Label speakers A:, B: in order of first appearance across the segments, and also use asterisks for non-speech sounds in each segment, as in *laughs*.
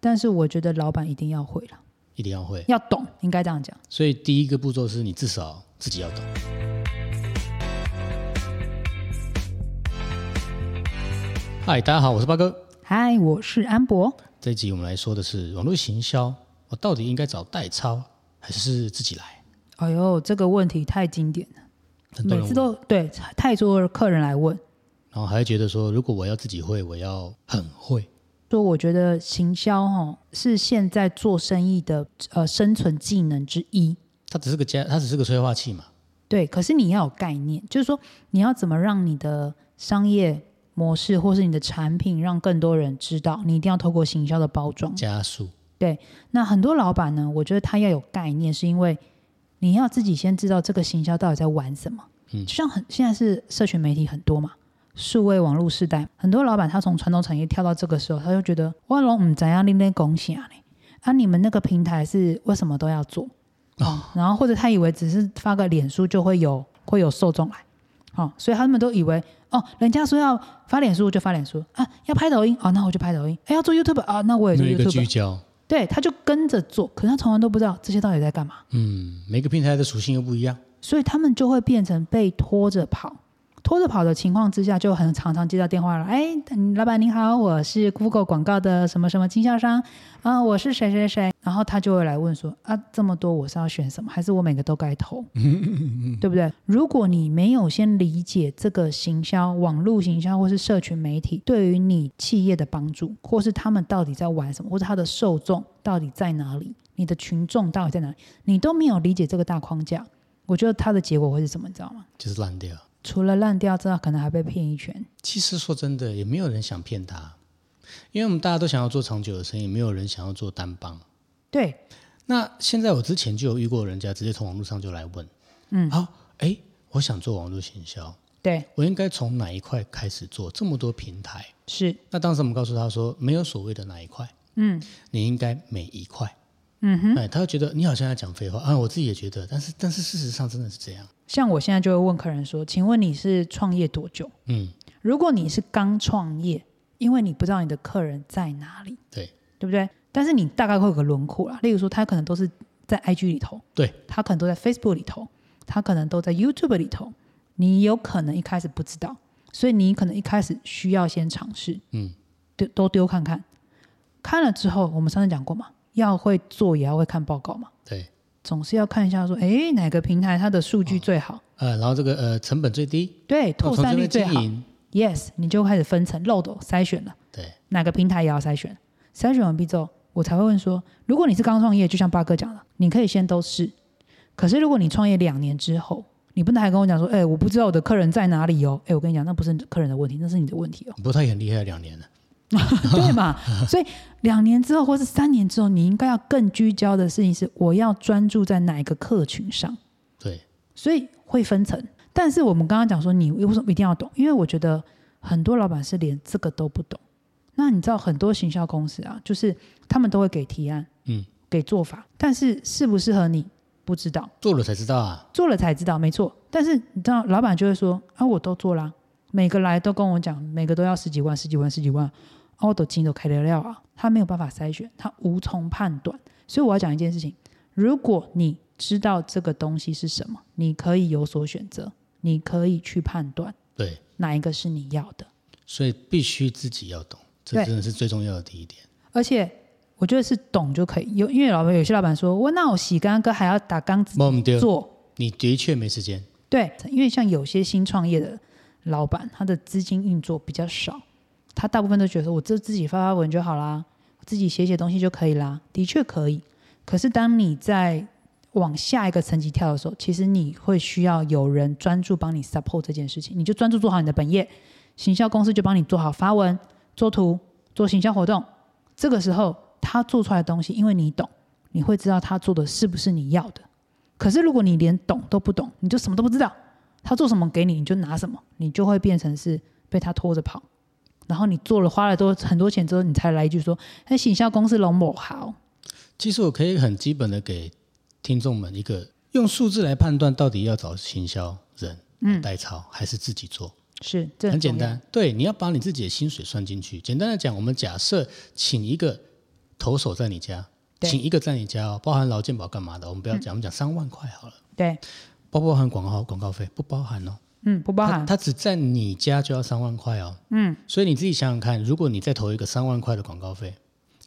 A: 但是我觉得老板一定要会了，
B: 一定要会。
A: 要懂，应该这样讲。
B: 所以第一个步骤是你至少自己要懂。嗨，大家好，我是八哥。
A: 嗨，我是安博。
B: 这一集我们来说的是网络行销，我到底应该找代抄还是自己来？
A: 哎呦，这个问题太经典了，
B: 很多
A: 每
B: 人
A: 次
B: 问，
A: 都对太多客人来问，
B: 然后还会觉得说，如果我要自己会，我要很会。
A: 说我觉得行销哈、哦、是现在做生意的呃生存技能之一。
B: 它只是个加，它只是个催化器嘛。
A: 对，可是你要有概念，就是说你要怎么让你的商业模式或是你的产品让更多人知道，你一定要透过行销的包装。
B: 加速，
A: 那很多老板呢，我觉得他要有概念，是因为你要自己先知道这个行销到底在玩什么。
B: 嗯
A: 就像很现在是社群媒体很多嘛，数位网络时代，很多老板他从传统产业跳到这个时候，他就觉得我龙唔怎样拎拎拱起啊嘞，啊你们那个平台是为什么都要做？哦，然后或者他以为只是发个脸书就会有会有受众来，哦，所以他们都以为哦，人家说要发脸书就发脸书啊，要拍抖音哦，那我就拍抖音，哎要做 YouTube 啊、那我也做
B: 没有一个
A: YouTube，
B: 聚焦。
A: 对，他就跟着做，可是他从来都不知道这些到底在干嘛，
B: 嗯，每个平台的属性又不一样。
A: 所以他们就会变成被拖着跑。拖着跑的情况之下，就很常常接到电话了。哎，嗯老板您好，我是 Google 广告的什么什么经销商啊、我是谁谁谁。然后他就会来问说啊，这么多我是要选什么？还是我每个都该投？对不对？如果你没有先理解这个行销、网络行销或是社群媒体对于你企业的帮助，或是他们到底在玩什么，或者他的受众到底在哪里，你的群众到底在哪里，你都没有理解这个大框架，我觉得它的结果会是什么，你知道吗？
B: 就是烂掉。
A: 除了烂掉之外，可能还被骗一圈。
B: 其实说真的，也没有人想骗他，因为我们大家都想要做长久的生意，没有人想要做单帮。
A: 对，
B: 那现在我之前就有遇过人家直接从网络上就来问，嗯，好，哎，我想做网络行销，
A: 对，
B: 我应该从哪一块开始做？这么多平台，
A: 是，
B: 那当时我们告诉他说，没有所谓的哪一块，
A: 嗯，
B: 你应该每一块。
A: 嗯哼。
B: 哎，他就觉得你好像在讲废话啊！我自己也觉得，但是但是事实上真的是这样。
A: 像我现在就会问客人说：“请问你是创业多久？”
B: 嗯，
A: 如果你是刚创业，因为你不知道你的客人在哪里，
B: 对
A: 对不对？但是你大概会有个轮廓啦，例如说他可能都是在 IG 里头，
B: 对，
A: 他可能都在 Facebook 里头，他可能都在 YouTube 里头，你有可能一开始不知道，所以你可能一开始需要先尝试，
B: 嗯，
A: 丢都丢看看，看了之后，我们上次讲过嘛，要会做也要会看报告嘛，
B: 对，
A: 总是要看一下说，诶，哪个平台它的数据最好，
B: 呃，然后这个呃成本最低，
A: 对，
B: 我
A: 透
B: 哦从
A: 散
B: 这
A: 率
B: 边
A: 最
B: 经
A: 好
B: 营，
A: ，yes，你就开始分层漏斗筛选了。
B: 对，
A: 哪个平台也要筛选。筛选完毕之后，我才会问说，如果你是刚创业，就像八哥讲的，你可以先都试。可是如果你创业两年之后，你不能还跟我讲说，哎、我不知道我的客人在哪里哦。哎、我跟你讲，那不是客人的问题，那是你的问题哦， *laughs*
B: 不过他也很厉害，两年了。
A: 对嘛？所以两年之后或是三年之后，你应该要更聚焦的事情是，我要专注在哪一个客群上。
B: 对，
A: 所以会分层。但是我们刚刚讲说，你为什么一定要懂？因为我觉得很多老板是连这个都不懂。那你知道很多行销公司啊，就是他们都会给提案，
B: 嗯，
A: 给做法，但是适不适合你不知道，
B: 做了才知道啊。
A: 做了才知道，没错。但是你知道，老板就会说啊，我都做啦，每个来都跟我讲，每个都要十几万、十几万、十几万，啊、我都金都开得了啊，他没有办法筛选，他无从判断。所以我要讲一件事情：如果你知道这个东西是什么，你可以有所选择，你可以去判断
B: 对，
A: 哪一个是你要的。
B: 所以必须自己要懂，这
A: 对
B: 真的是最重要的第一点。
A: 而且我觉得是懂就可以，有因为老板有些老板说，我那我洗干哥还要打缸子
B: 我们丢，
A: 做，
B: 你的确没时间，
A: 对，因为像有些新创业的老板，他的资金运作比较少，他大部分都觉得说我就自己发发文就好啦，自己写写东西就可以啦，的确可以。可是当你在往下一个层级跳的时候，其实你会需要有人专注帮你 support 这件事情，你就专注做好你的本业，行销公司就帮你做好发文、做图、做行销活动。这个时候，他做出来的东西，因为你懂，你会知道他做的是不是你要的。可是如果你连懂都不懂，你就什么都不知道，他做什么给你，你就拿什么，你就会变成是被他拖着跑。然后你做了花了多很多钱之后，你才来一句说：“哎，行销公司龙某好。
B: 其实我可以很基本的给听众们一个用数字来判断到底要找行销人、嗯、代操还是自己做，”
A: 是，这
B: 很简
A: 重要。
B: 单。对，你要把你自己的薪水算进去。简单的讲，我们假设请一个投手在你家，
A: 对
B: 请一个在你家、哦，包含劳健保干嘛的，我们不要讲，我们讲三万块好了，
A: 对，
B: 包不包含广告广告费？不包含哦，
A: 嗯，不包含，
B: 它它只在你家就要三万块哦，嗯，所以你自己想想看，如果你再投一个三万块的广告费，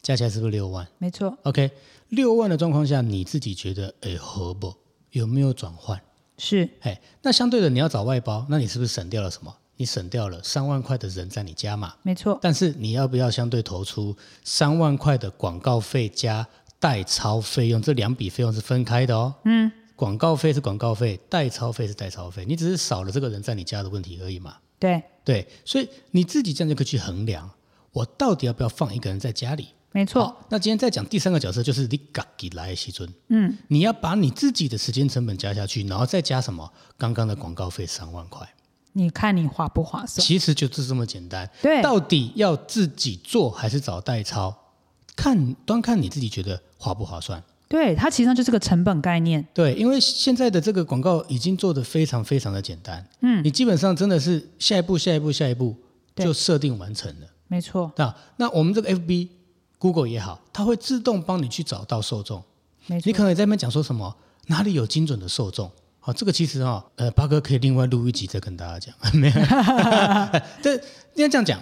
B: 加起来是不是六万
A: 没错，
B: ？OK，六万的状况下，你自己觉得哎合不？有没有转换？
A: 是
B: 哎，那相对的你要找外包，那你是不是省掉了什么？你省掉了三万块的人在你家嘛？
A: 没错，
B: 但是你要不要相对投出三万块的广告费加代抄费用？这两笔费用是分开的哦。嗯，广告费是广告费，代抄费是代抄费，你只是少了这个人在你家的问题而已嘛。
A: 对，
B: 对，所以你自己这样就可以去衡量，我到底要不要放一个人在家里？
A: 没错，
B: 好，那今天再讲第三个角色，就是你自己来的时尊。嗯，你要把你自己的时间成本加下去，然后再加什么？刚刚的广告费三万块，
A: 你看你划不划算？
B: 其实就是这么简单。
A: 对，
B: 到底要自己做还是找代抄？看，端看你自己觉得划不划算。
A: 对，它其实上就是个成本概念，
B: 对，因为现在的这个广告已经做得非常非常的简单，嗯，你基本上真的是下一步、下一步、下一步
A: 对
B: 就设定完成了。
A: 没错，
B: 那那我们这个 FB、Google 也好，它会自动帮你去找到受众。
A: 没错
B: 你，可能也在那边讲说什么哪里有精准的受众。好、这个其实哦，呃，八哥可以另外录一集再跟大家讲。 *laughs* 没有，这应该这样讲。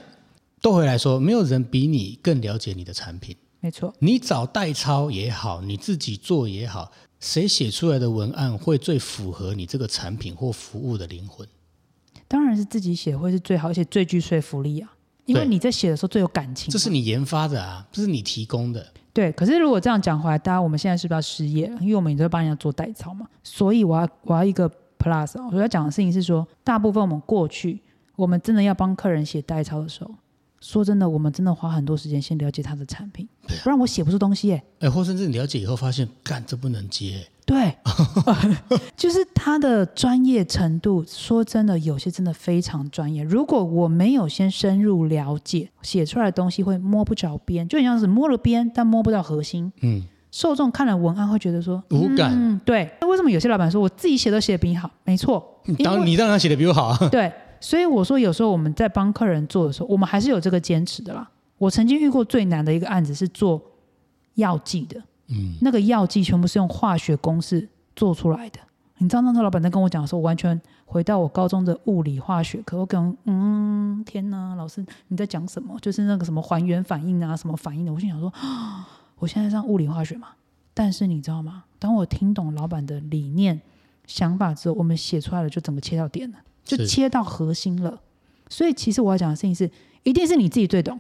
B: 都回来说，没有人比你更了解你的产品。
A: 没错，
B: 你找代抄也好，你自己做也好，谁写出来的文案会最符合你这个产品或服务的灵魂？
A: 当然是自己写会是最好，而且最具说服力啊，因为
B: 对
A: 你在写的时候最有感情嘛。
B: 这是你研发的啊，这是你提供的。
A: 对，可是如果这样讲回来，大家我们现在是不是要失业了？因为我们也都会帮人家做代操嘛，所以我要我要一个 plus 啊。我要讲的事情是说，大部分我们过去我们真的要帮客人写代操的时候，说真的，我们真的花很多时间先了解他的产品，不然我写不出东西耶、
B: 哎，或甚至你了解以后发现，干这不能接，
A: 对，就是他的专业程度，说真的，有些真的非常专业。如果我没有先深入了解，写出来的东西会摸不着边，就很像是摸了边但摸不到核心。
B: 嗯，
A: 受众看了文案会觉得说
B: 无感
A: 嗯，对。那为什么有些老板说我自己写都写的比你好？没错，因
B: 当
A: 为
B: 你当然写的比我好啊。 *laughs*
A: 对，所以我说有时候我们在帮客人做的时候，我们还是有这个坚持的啦。我曾经遇过最难的一个案子是做药剂的，
B: 嗯，
A: 那个药剂全部是用化学公式做出来的。你知道那时候老板在跟我讲的时候，我完全回到我高中的物理化学课，我跟嗯天哪，老师你在讲什么？就是那个什么还原反应啊，什么反应的，我心想说， *gasps* 啊我现在上物理化学嘛。但是你知道吗？当我听懂老板的理念、想法之后，我们写出来了就整个切到点了，就是切到核心了。所以其实我要讲的事情是，一定是你自己最懂，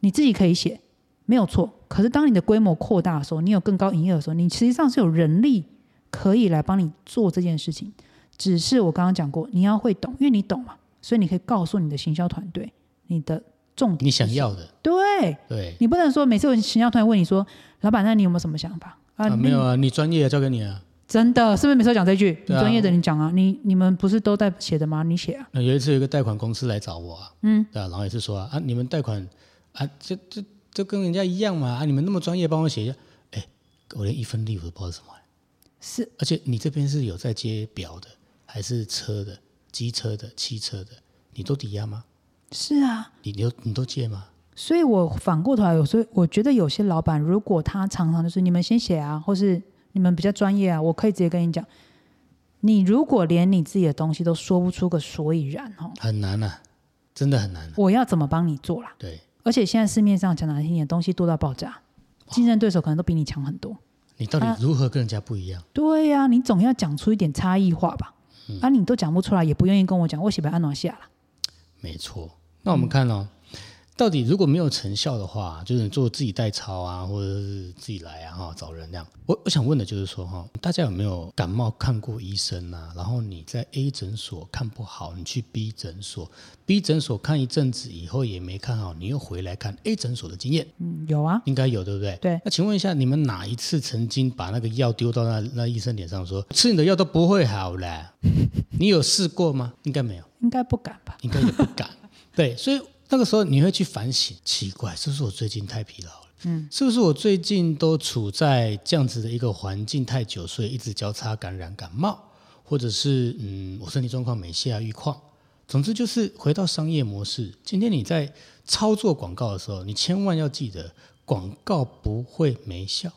A: 你自己可以写，没有错。可是当你的规模扩大的时候，你有更高营业额的时候，你实际上是有人力可以来帮你做这件事情。只是我刚刚讲过，你要会懂，因为你懂嘛，所以你可以告诉你的行销团队你的重点
B: 你
A: 是
B: 想
A: 什么
B: 要的，
A: 对，
B: 对
A: 你不能说每次有行销团队问你说，老板，那你有没有什么想法啊
B: 啊，没有
A: 你
B: 啊，你专业啊，交给你啊。
A: 真的是不是每次都讲这句？你
B: 对啊
A: 专业的你讲啊，你你们不是都在写的吗？你写啊，
B: 那有一次有一个贷款公司来找我啊，嗯，对啊，然后也是说啊，啊你们贷款啊，这这这跟人家一样嘛，啊，你们那么专业，帮我写一下，哎，我连一分利我都不知道是什么，
A: 是
B: 而且你这边是有在接表的，还是车的、机车的、汽车的，你都抵押吗？
A: 是啊，
B: 你你都你都借吗？
A: 所以我反过头来，有时候我觉得有些老板，如果他常常就是你们先写啊，或是你们比较专业啊，我可以直接跟你讲，你如果连你自己的东西都说不出个所以然哦，
B: 很难啊，真的很难、啊。
A: 我要怎么帮你做啦？
B: 对
A: 而且现在市面上讲难听点，东西多到爆炸，竞争对手可能都比你强很多。
B: 你到底
A: 啊
B: 如何跟人家不一样？
A: 对呀、你总要讲出一点差异化吧？啊，你都讲不出来，也不愿意跟我讲，我喜欢安暖下啦。
B: 没错。那我们看哦，到底如果没有成效的话，就是你做自己代抄啊，或者是自己来啊，哈，找人这样。我我想问的就是说，哈，大家有没有感冒看过医生啊？然后你在 A 诊所看不好，你去 B 诊所，B 诊所看一阵子以后也没看好，你又回来看 A 诊所的经验，
A: 嗯，有啊，
B: 应该有对不对？
A: 对
B: 那请问一下，你们哪一次曾经把那个药丢到那那医生脸上说，吃你的药都不会好啦？你有试过吗？应该没有。
A: 应该不敢吧？
B: 应该也不 *laughs* 敢。对，所以那个时候你会去反省，奇怪，是不是我最近太疲劳了？嗯，是不是我最近都处在这样子的一个环境太久，所以一直交叉感染感冒，或者是嗯，我身体状况每下愈况。总之就是回到商业模式。今天你在操作广告的时候，你千万要记得，广告不会没效。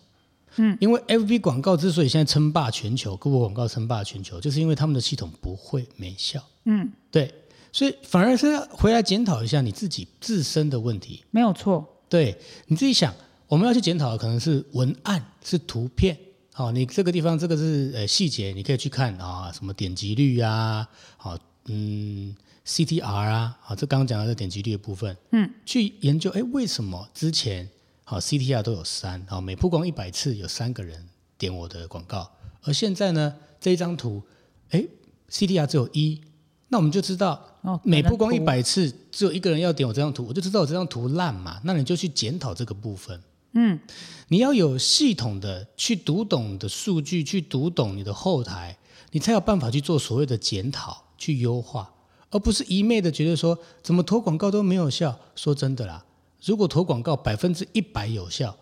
B: 嗯，因为 FB 广告之所以现在称霸全球，Google 广告称霸全球，就是因为他们的系统不会没效。
A: 嗯，
B: 对，所以反而是要回来检讨一下你自己自身的问题。
A: 没有错，
B: 对，你自己想，我们要去检讨的可能是文案，是图片。好、你这个地方这个是呃细节，你可以去看啊，什么点击率啊，好、嗯，CTR 啊，好、这刚刚讲到的点击率的部分，
A: 嗯，
B: 去研究，哎，为什么之前好、CTR 都有三，好、每曝光一百次有三个人点我的广告，而现在呢，这一张图，哎，CTR 只有一，那我们就知道
A: 哦，
B: 每
A: 可能
B: 曝光
A: 图
B: 一百次，只有一个人要点我这张图，我就知道我这张图烂嘛。那你就去检讨这个部分。
A: 嗯，
B: 你要有系统的去读懂你的数据，去读懂你的后台，你才有办法去做所谓的检讨，去优化，而不是一昧的觉得说怎么投广告都没有效。说真的啦，如果投广告百分之一百有效，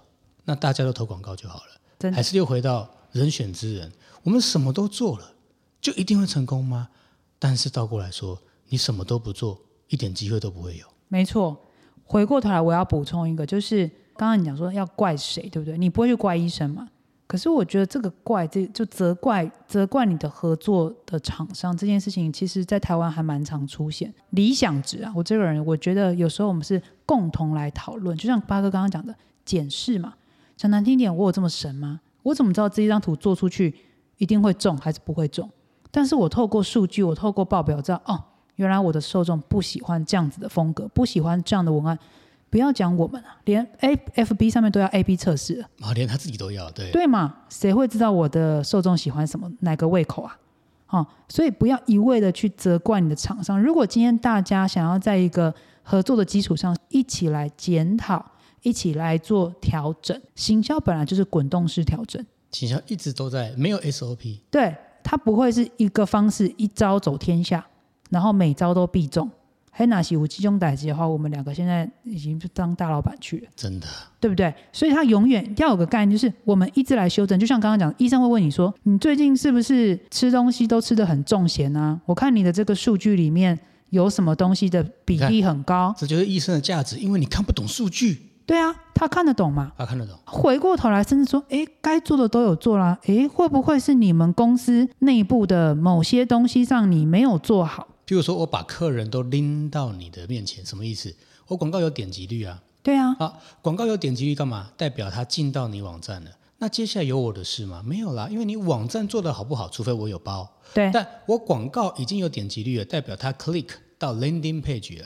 B: 那大家都投广告就好了。
A: 真的
B: 还是又回到人选之人，我们什么都做了，就一定会成功吗？但是倒过来说，你什么都不做，一点机会都不会有。
A: 没错。回过头来，我要补充一个，就是刚刚你讲说要怪谁，对不对？你不会去怪医生嘛？可是我觉得这个怪，这就责怪责怪你的合作的厂商这件事情，其实在台湾还蛮常出现。理想值啊，我这个人我觉得有时候我们是共同来讨论，就像八哥刚刚讲的检视嘛，讲难听一点，我有这么神吗？我怎么知道这一张图做出去一定会中还是不会中？但是我透过数据，我透过报表知道，哦，原来我的受众不喜欢这样子的风格，不喜欢这样的文案。不要讲我们啊，连 A F B 上面都要 A B 测试了，
B: 啊，连他自己都要对，
A: 对嘛？谁会知道我的受众喜欢什么，哪个胃口啊？哦，所以不要一味的去责怪你的厂商。如果今天大家想要在一个合作的基础上，一起来检讨，一起来做调整，行销本来就是滚动式调整，
B: 行销一直都在没有 SOP，
A: 对，它不会是一个方式一招走天下，然后每招都必中。还有哪些无集中打击的话，我们两个现在已经是当大老板去了，
B: 真的
A: 对不对？所以它永远要有个概念，就是我们一直来修正。就像刚刚讲，医生会问你说，你最近是不是吃东西都吃的很重咸啊？我看你的这个数据里面有什么东西的比例很高？
B: 这就是医生的价值，因为你看不懂数据，
A: 对啊，他看得懂吗？
B: 他看得懂。
A: 回过头来，甚至说，诶，该做的都有做啦，诶，会不会是你们公司内部的某些东西上你没有做好？
B: 譬如说，我把客人都拎到你的面前，什么意思？我广告有点击率啊，
A: 对啊，
B: 啊，广告有点击率干嘛？代表他进到你网站了。那接下来有我的事吗？没有啦，因为你网站做的好不好，除非我有包。
A: 对，
B: 但我广告已经有点击率了，代表他 click 到 landing page 了。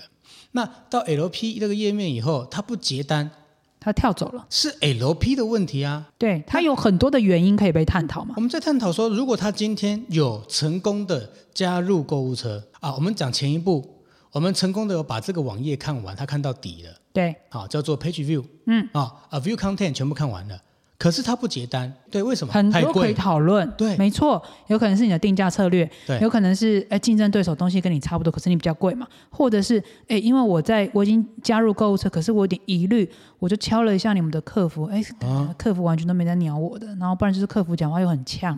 B: 那到 LP 这个页面以后，他不结单
A: 他跳走了，
B: 是 LP 的问题啊。
A: 对他有很多的原因可以被探讨嘛。
B: 我们在探讨说，如果他今天有成功的加入购物车啊，我们讲前一步，我们成功的有把这个网页看完，他看到底了。
A: 对，
B: 好，叫做 page view，
A: 嗯，
B: 啊啊 view content 全部看完了，可是他不结单，对，为什么？
A: 很
B: 太
A: 多可以
B: 贵，
A: 讨论。
B: 对
A: 没错，有可能是你的定价策略，
B: 对
A: 有可能是哎竞争对手东西跟你差不多，可是你比较贵嘛，或者是哎因为我在我已经加入购物车，可是我有点疑虑，我就敲了一下你们的客服，哎、
B: 啊
A: 客服完全都没在鸟我的，然后不然就是客服讲话又很呛，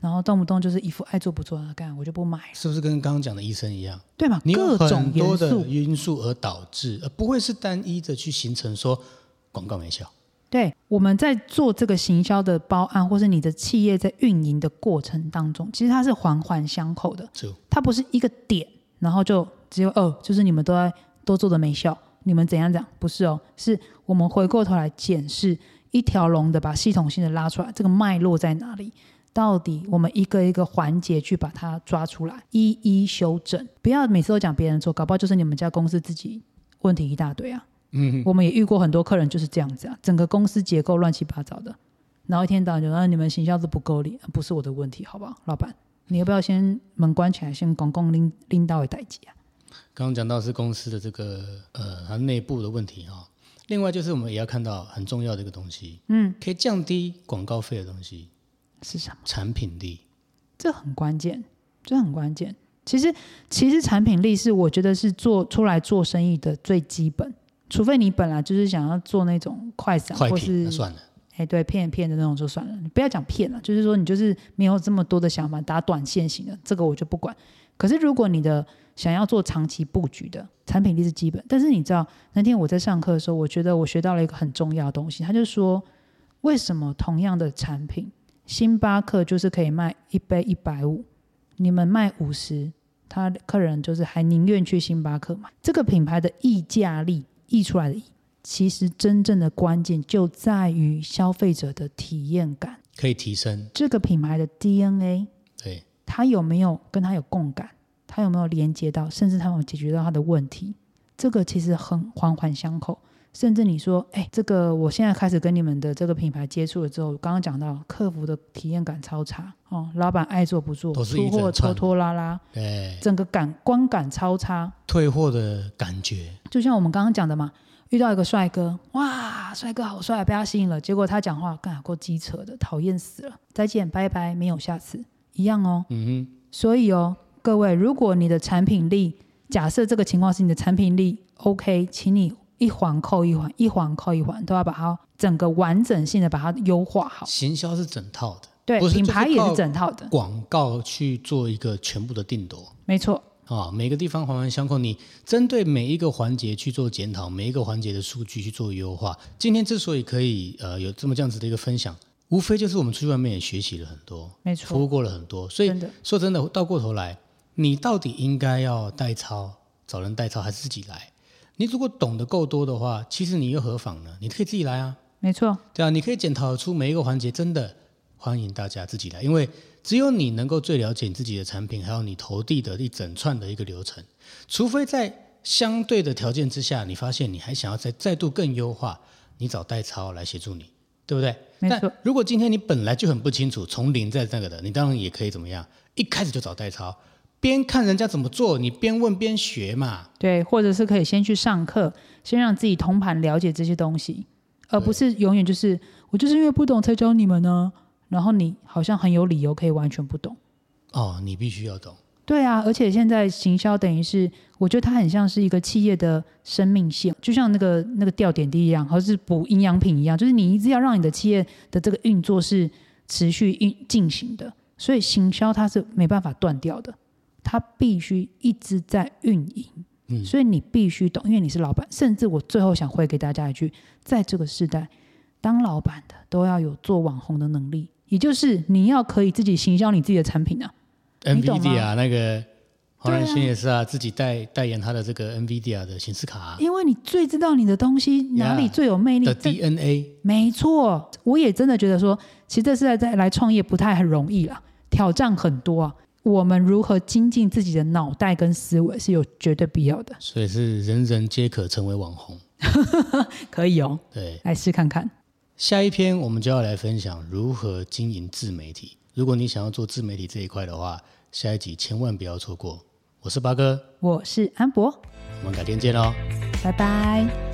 A: 然后动不动就是一副爱做不做的干，我就不买了，
B: 是不是跟刚刚讲的医生一样？
A: 对吧？
B: 你有
A: 各种
B: 很多
A: 元
B: 的
A: 素，
B: 因素而导致，而不会是单一的去形成说广告没效。
A: 对，我们在做这个行销的包案，或是你的企业在运营的过程当中，其实它是环环相扣的，
B: 就
A: 它不是一个点，然后就只有哦，就是你们都在都做的没效，你们怎样怎样，不是哦，是我们回过头来检视一条龙的把系统性的拉出来，这个脉络在哪里？到底我们一个一个环节去把它抓出来，一一修正，不要每次都讲别人做，搞不好就是你们家公司自己问题一大堆啊。
B: 嗯，
A: 我们也遇过很多客人就是这样子啊，整个公司结构乱七八糟的，然后一天到晚就啊说你们行销都不够力，啊不是我的问题，好不好，老板？你要不要先门关起来，先公公拎拎到一代机啊？
B: 刚刚讲到是公司的这个呃它内部的问题哈、另外就是我们也要看到很重要的一个东西，
A: 嗯，
B: 可以降低广告费的东西，
A: 是什么？
B: 产品力。
A: 这很关键，这很关键。其实，其实产品力是我觉得是做出来做生意的最基本，除非你本来就是想要做那种快闪
B: 快
A: 或
B: 评
A: 是
B: 那算了，
A: 哎，对，骗骗的那种就算了，你不要讲骗了，就是说你就是没有这么多的想法，打短线型的，这个我就不管。可是如果你的想要做长期布局的，产品力是基本。但是你知道，那天我在上课的时候，我觉得我学到了一个很重要的东西，他就说，为什么同样的产品，星巴克就是可以卖一杯一百五，你们卖五十，他客人就是还宁愿去星巴克买。这个品牌的溢价力溢出来的溢其实真正的关键就在于消费者的体验感。
B: 可以提升，
A: 这个品牌的 DNA，
B: 对，
A: 他有没有跟他有共感？他有没有连接到？甚至他有没有解决到他的问题？这个其实很环环相扣。甚至你说，哎，这个我现在开始跟你们的这个品牌接触了之后，刚刚讲到客服的体验感超差哦，老板爱做不做，
B: 都是
A: 出
B: 一整
A: 货拖
B: 串
A: 拖拉拉，
B: 对，
A: 整个感观感超差。
B: 哎退货的感觉，
A: 就像我们刚刚讲的嘛，遇到一个帅哥，哇，帅哥好帅啊，被他吸引了，结果他讲话干够机车的，讨厌死了，再见，拜拜，没有下次，一样哦。
B: 嗯哼，
A: 所以哦，各位，如果你的产品力，假设这个情况是你的产品力 OK，请你一环扣一环，一环扣一环，都要把它整个完整性的把它优化好。
B: 行销是整套的，
A: 对，
B: 不是
A: 品
B: 就是
A: 牌也
B: 靠
A: 是整套的，
B: 广告去做一个全部的定夺。
A: 没错，
B: 啊、每个地方环环相扣，你针对每一个环节去做检讨，每一个环节的数据去做优化。今天之所以可以呃有这么这样子的一个分享，无非就是我们出去外面也学习了很多，
A: 没
B: 服
A: 错，
B: 务过了很多。所以
A: 真的
B: 说真的，到过头来，你到底应该要代操，找人代操还是自己来？你如果懂得够多的话，其实你又何妨呢？你可以自己来啊，
A: 没错，
B: 对啊，你可以检讨出每一个环节，真的欢迎大家自己来，因为只有你能够最了解你自己的产品，还有你投递的一整串的一个流程。除非在相对的条件之下，你发现你还想要再再度更优化，你找代操来协助你，对不对？
A: 没
B: 但
A: 错
B: 如果今天你本来就很不清楚，从零在那个的，你当然也可以怎么样，一开始就找代操，边看人家怎么做，你边问边学嘛。
A: 对，或者是可以先去上课，先让自己同盘了解这些东西，而不是永远就是我就是因为不懂才教你们呢、然后你好像很有理由可以完全不懂。
B: 哦，你必须要懂。
A: 对啊，而且现在行销等于是，我觉得它很像是一个企业的生命线，就像那个那个吊点滴一样，或是补营养品一样，就是你一直要让你的企业的这个运作是持续运进行的，所以行销它是没办法断掉的，它必须一直在运营。
B: 嗯
A: 所以你必须懂，因为你是老板。甚至我最后想回给大家一句，在这个时代，当老板的都要有做网红的能力，也就是你要可以自己行销你自己的产品啊。你懂吗
B: NVIDIA 那个黄仁
A: 对啊
B: 勋也是啊，自己代代言他的这个 NVIDIA 的显示卡啊、
A: 因为你最知道你的东西哪里
B: Yeah，
A: 最有魅力。
B: 的
A: 这
B: DNA，
A: 没错，我也真的觉得说，其实这是在在来创业不太很容易啦，挑战很多啊。我们如何精进自己的脑袋跟思维是有绝对必要的，
B: 所以是人人皆可成为网红。
A: 可以哦，
B: 对，
A: 来试看看。
B: 下一篇我们就要来分享如何经营自媒体。如果你想要做自媒体这一块的话，下一集千万不要错过。我是八哥，
A: 我是安博，
B: 我们改天见喽。哦
A: 拜拜。